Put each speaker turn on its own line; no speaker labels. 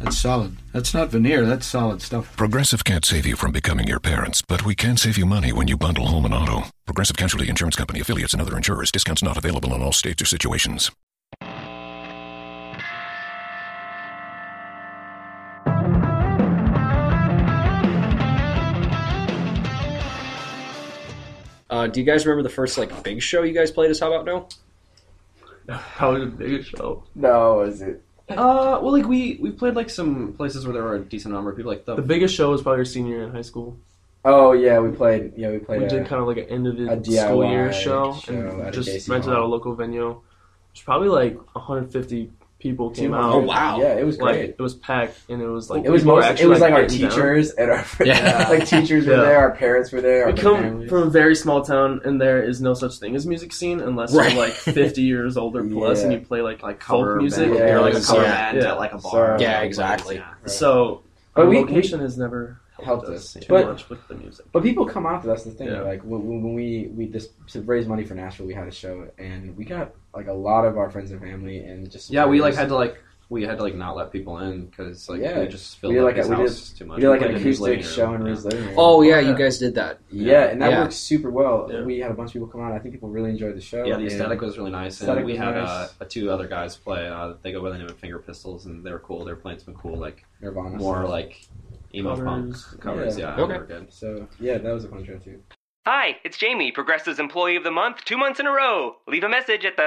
That's solid. That's not veneer, that's solid stuff.
Progressive can't save you from becoming your parents, but we can save you money when you bundle home and auto. Progressive Casualty Insurance Company affiliates and other insurers. Discounts not available in all states or situations.
Uh, do you guys remember the first like big show you guys played? Is how about now?
How was the biggest show?
No, is it?
Uh, well, like we we played like some places where there were a decent number of people, like the,
The biggest show was probably your senior year in high school.
Oh yeah, we played. Yeah, we played.
We
uh,
did kind of like an end of
A
the
DIY
school year show,
show at a
and just
Casey
rented
Hall.
out a local venue. It's probably like 150 people came out.
Oh, wow.
Yeah, it was
Like
great.
it was packed, and it was like
it was
people were
most, It
actually,
was like, our
getting down.
teachers and our
Yeah.
like teachers were
Yeah.
there, our parents were there. Our
We come
families.
from a very small town, and there is no such thing as music scene unless
Right.
you're like 50 years old or plus,
Yeah.
and you play like
like
folk
cover
music.
band.
Yeah,
They're like a cover
yeah,
band
yeah.
at like a bar.
Sorry.
Yeah, exactly.
Yeah.
So,
But
our
we-
location has never helped,
Helped us,
us too
but-
much with the music.
But people come out to that's the thing.
Yeah.
Like when, when when we we just to raise money for Nashville, we had a show and we got like a lot of our friends and family and just
Yeah, we like had to like we had to like not let people in because like
Yeah.
we just filled
We did,
up
like,
his
a- we did-
house too much.
we did like
We
an
played in his
acoustic
living room,
show in
yeah.
his living room.
Oh yeah,
yeah.
you guys did that.
yeah, and that
Yeah.
worked super well.
Yeah.
We had a bunch of people come out. I think people really enjoyed the show.
Yeah, the
and-
aesthetic was really nice,
Aesthetic
and we
was
had uh,
nice.
uh, two other guys play. Uh, they go by the name of Finger Pistols, and they were cool. They were playing some cool, like
Nirvana.
more like emo
Covers.
punk covers.
Yeah.
Yeah, they
Okay.
were good.
So yeah, that was a fun show too.
Hi, it's Jamie, Progressive's Employee of the Month, two months in a row. Leave a message at the.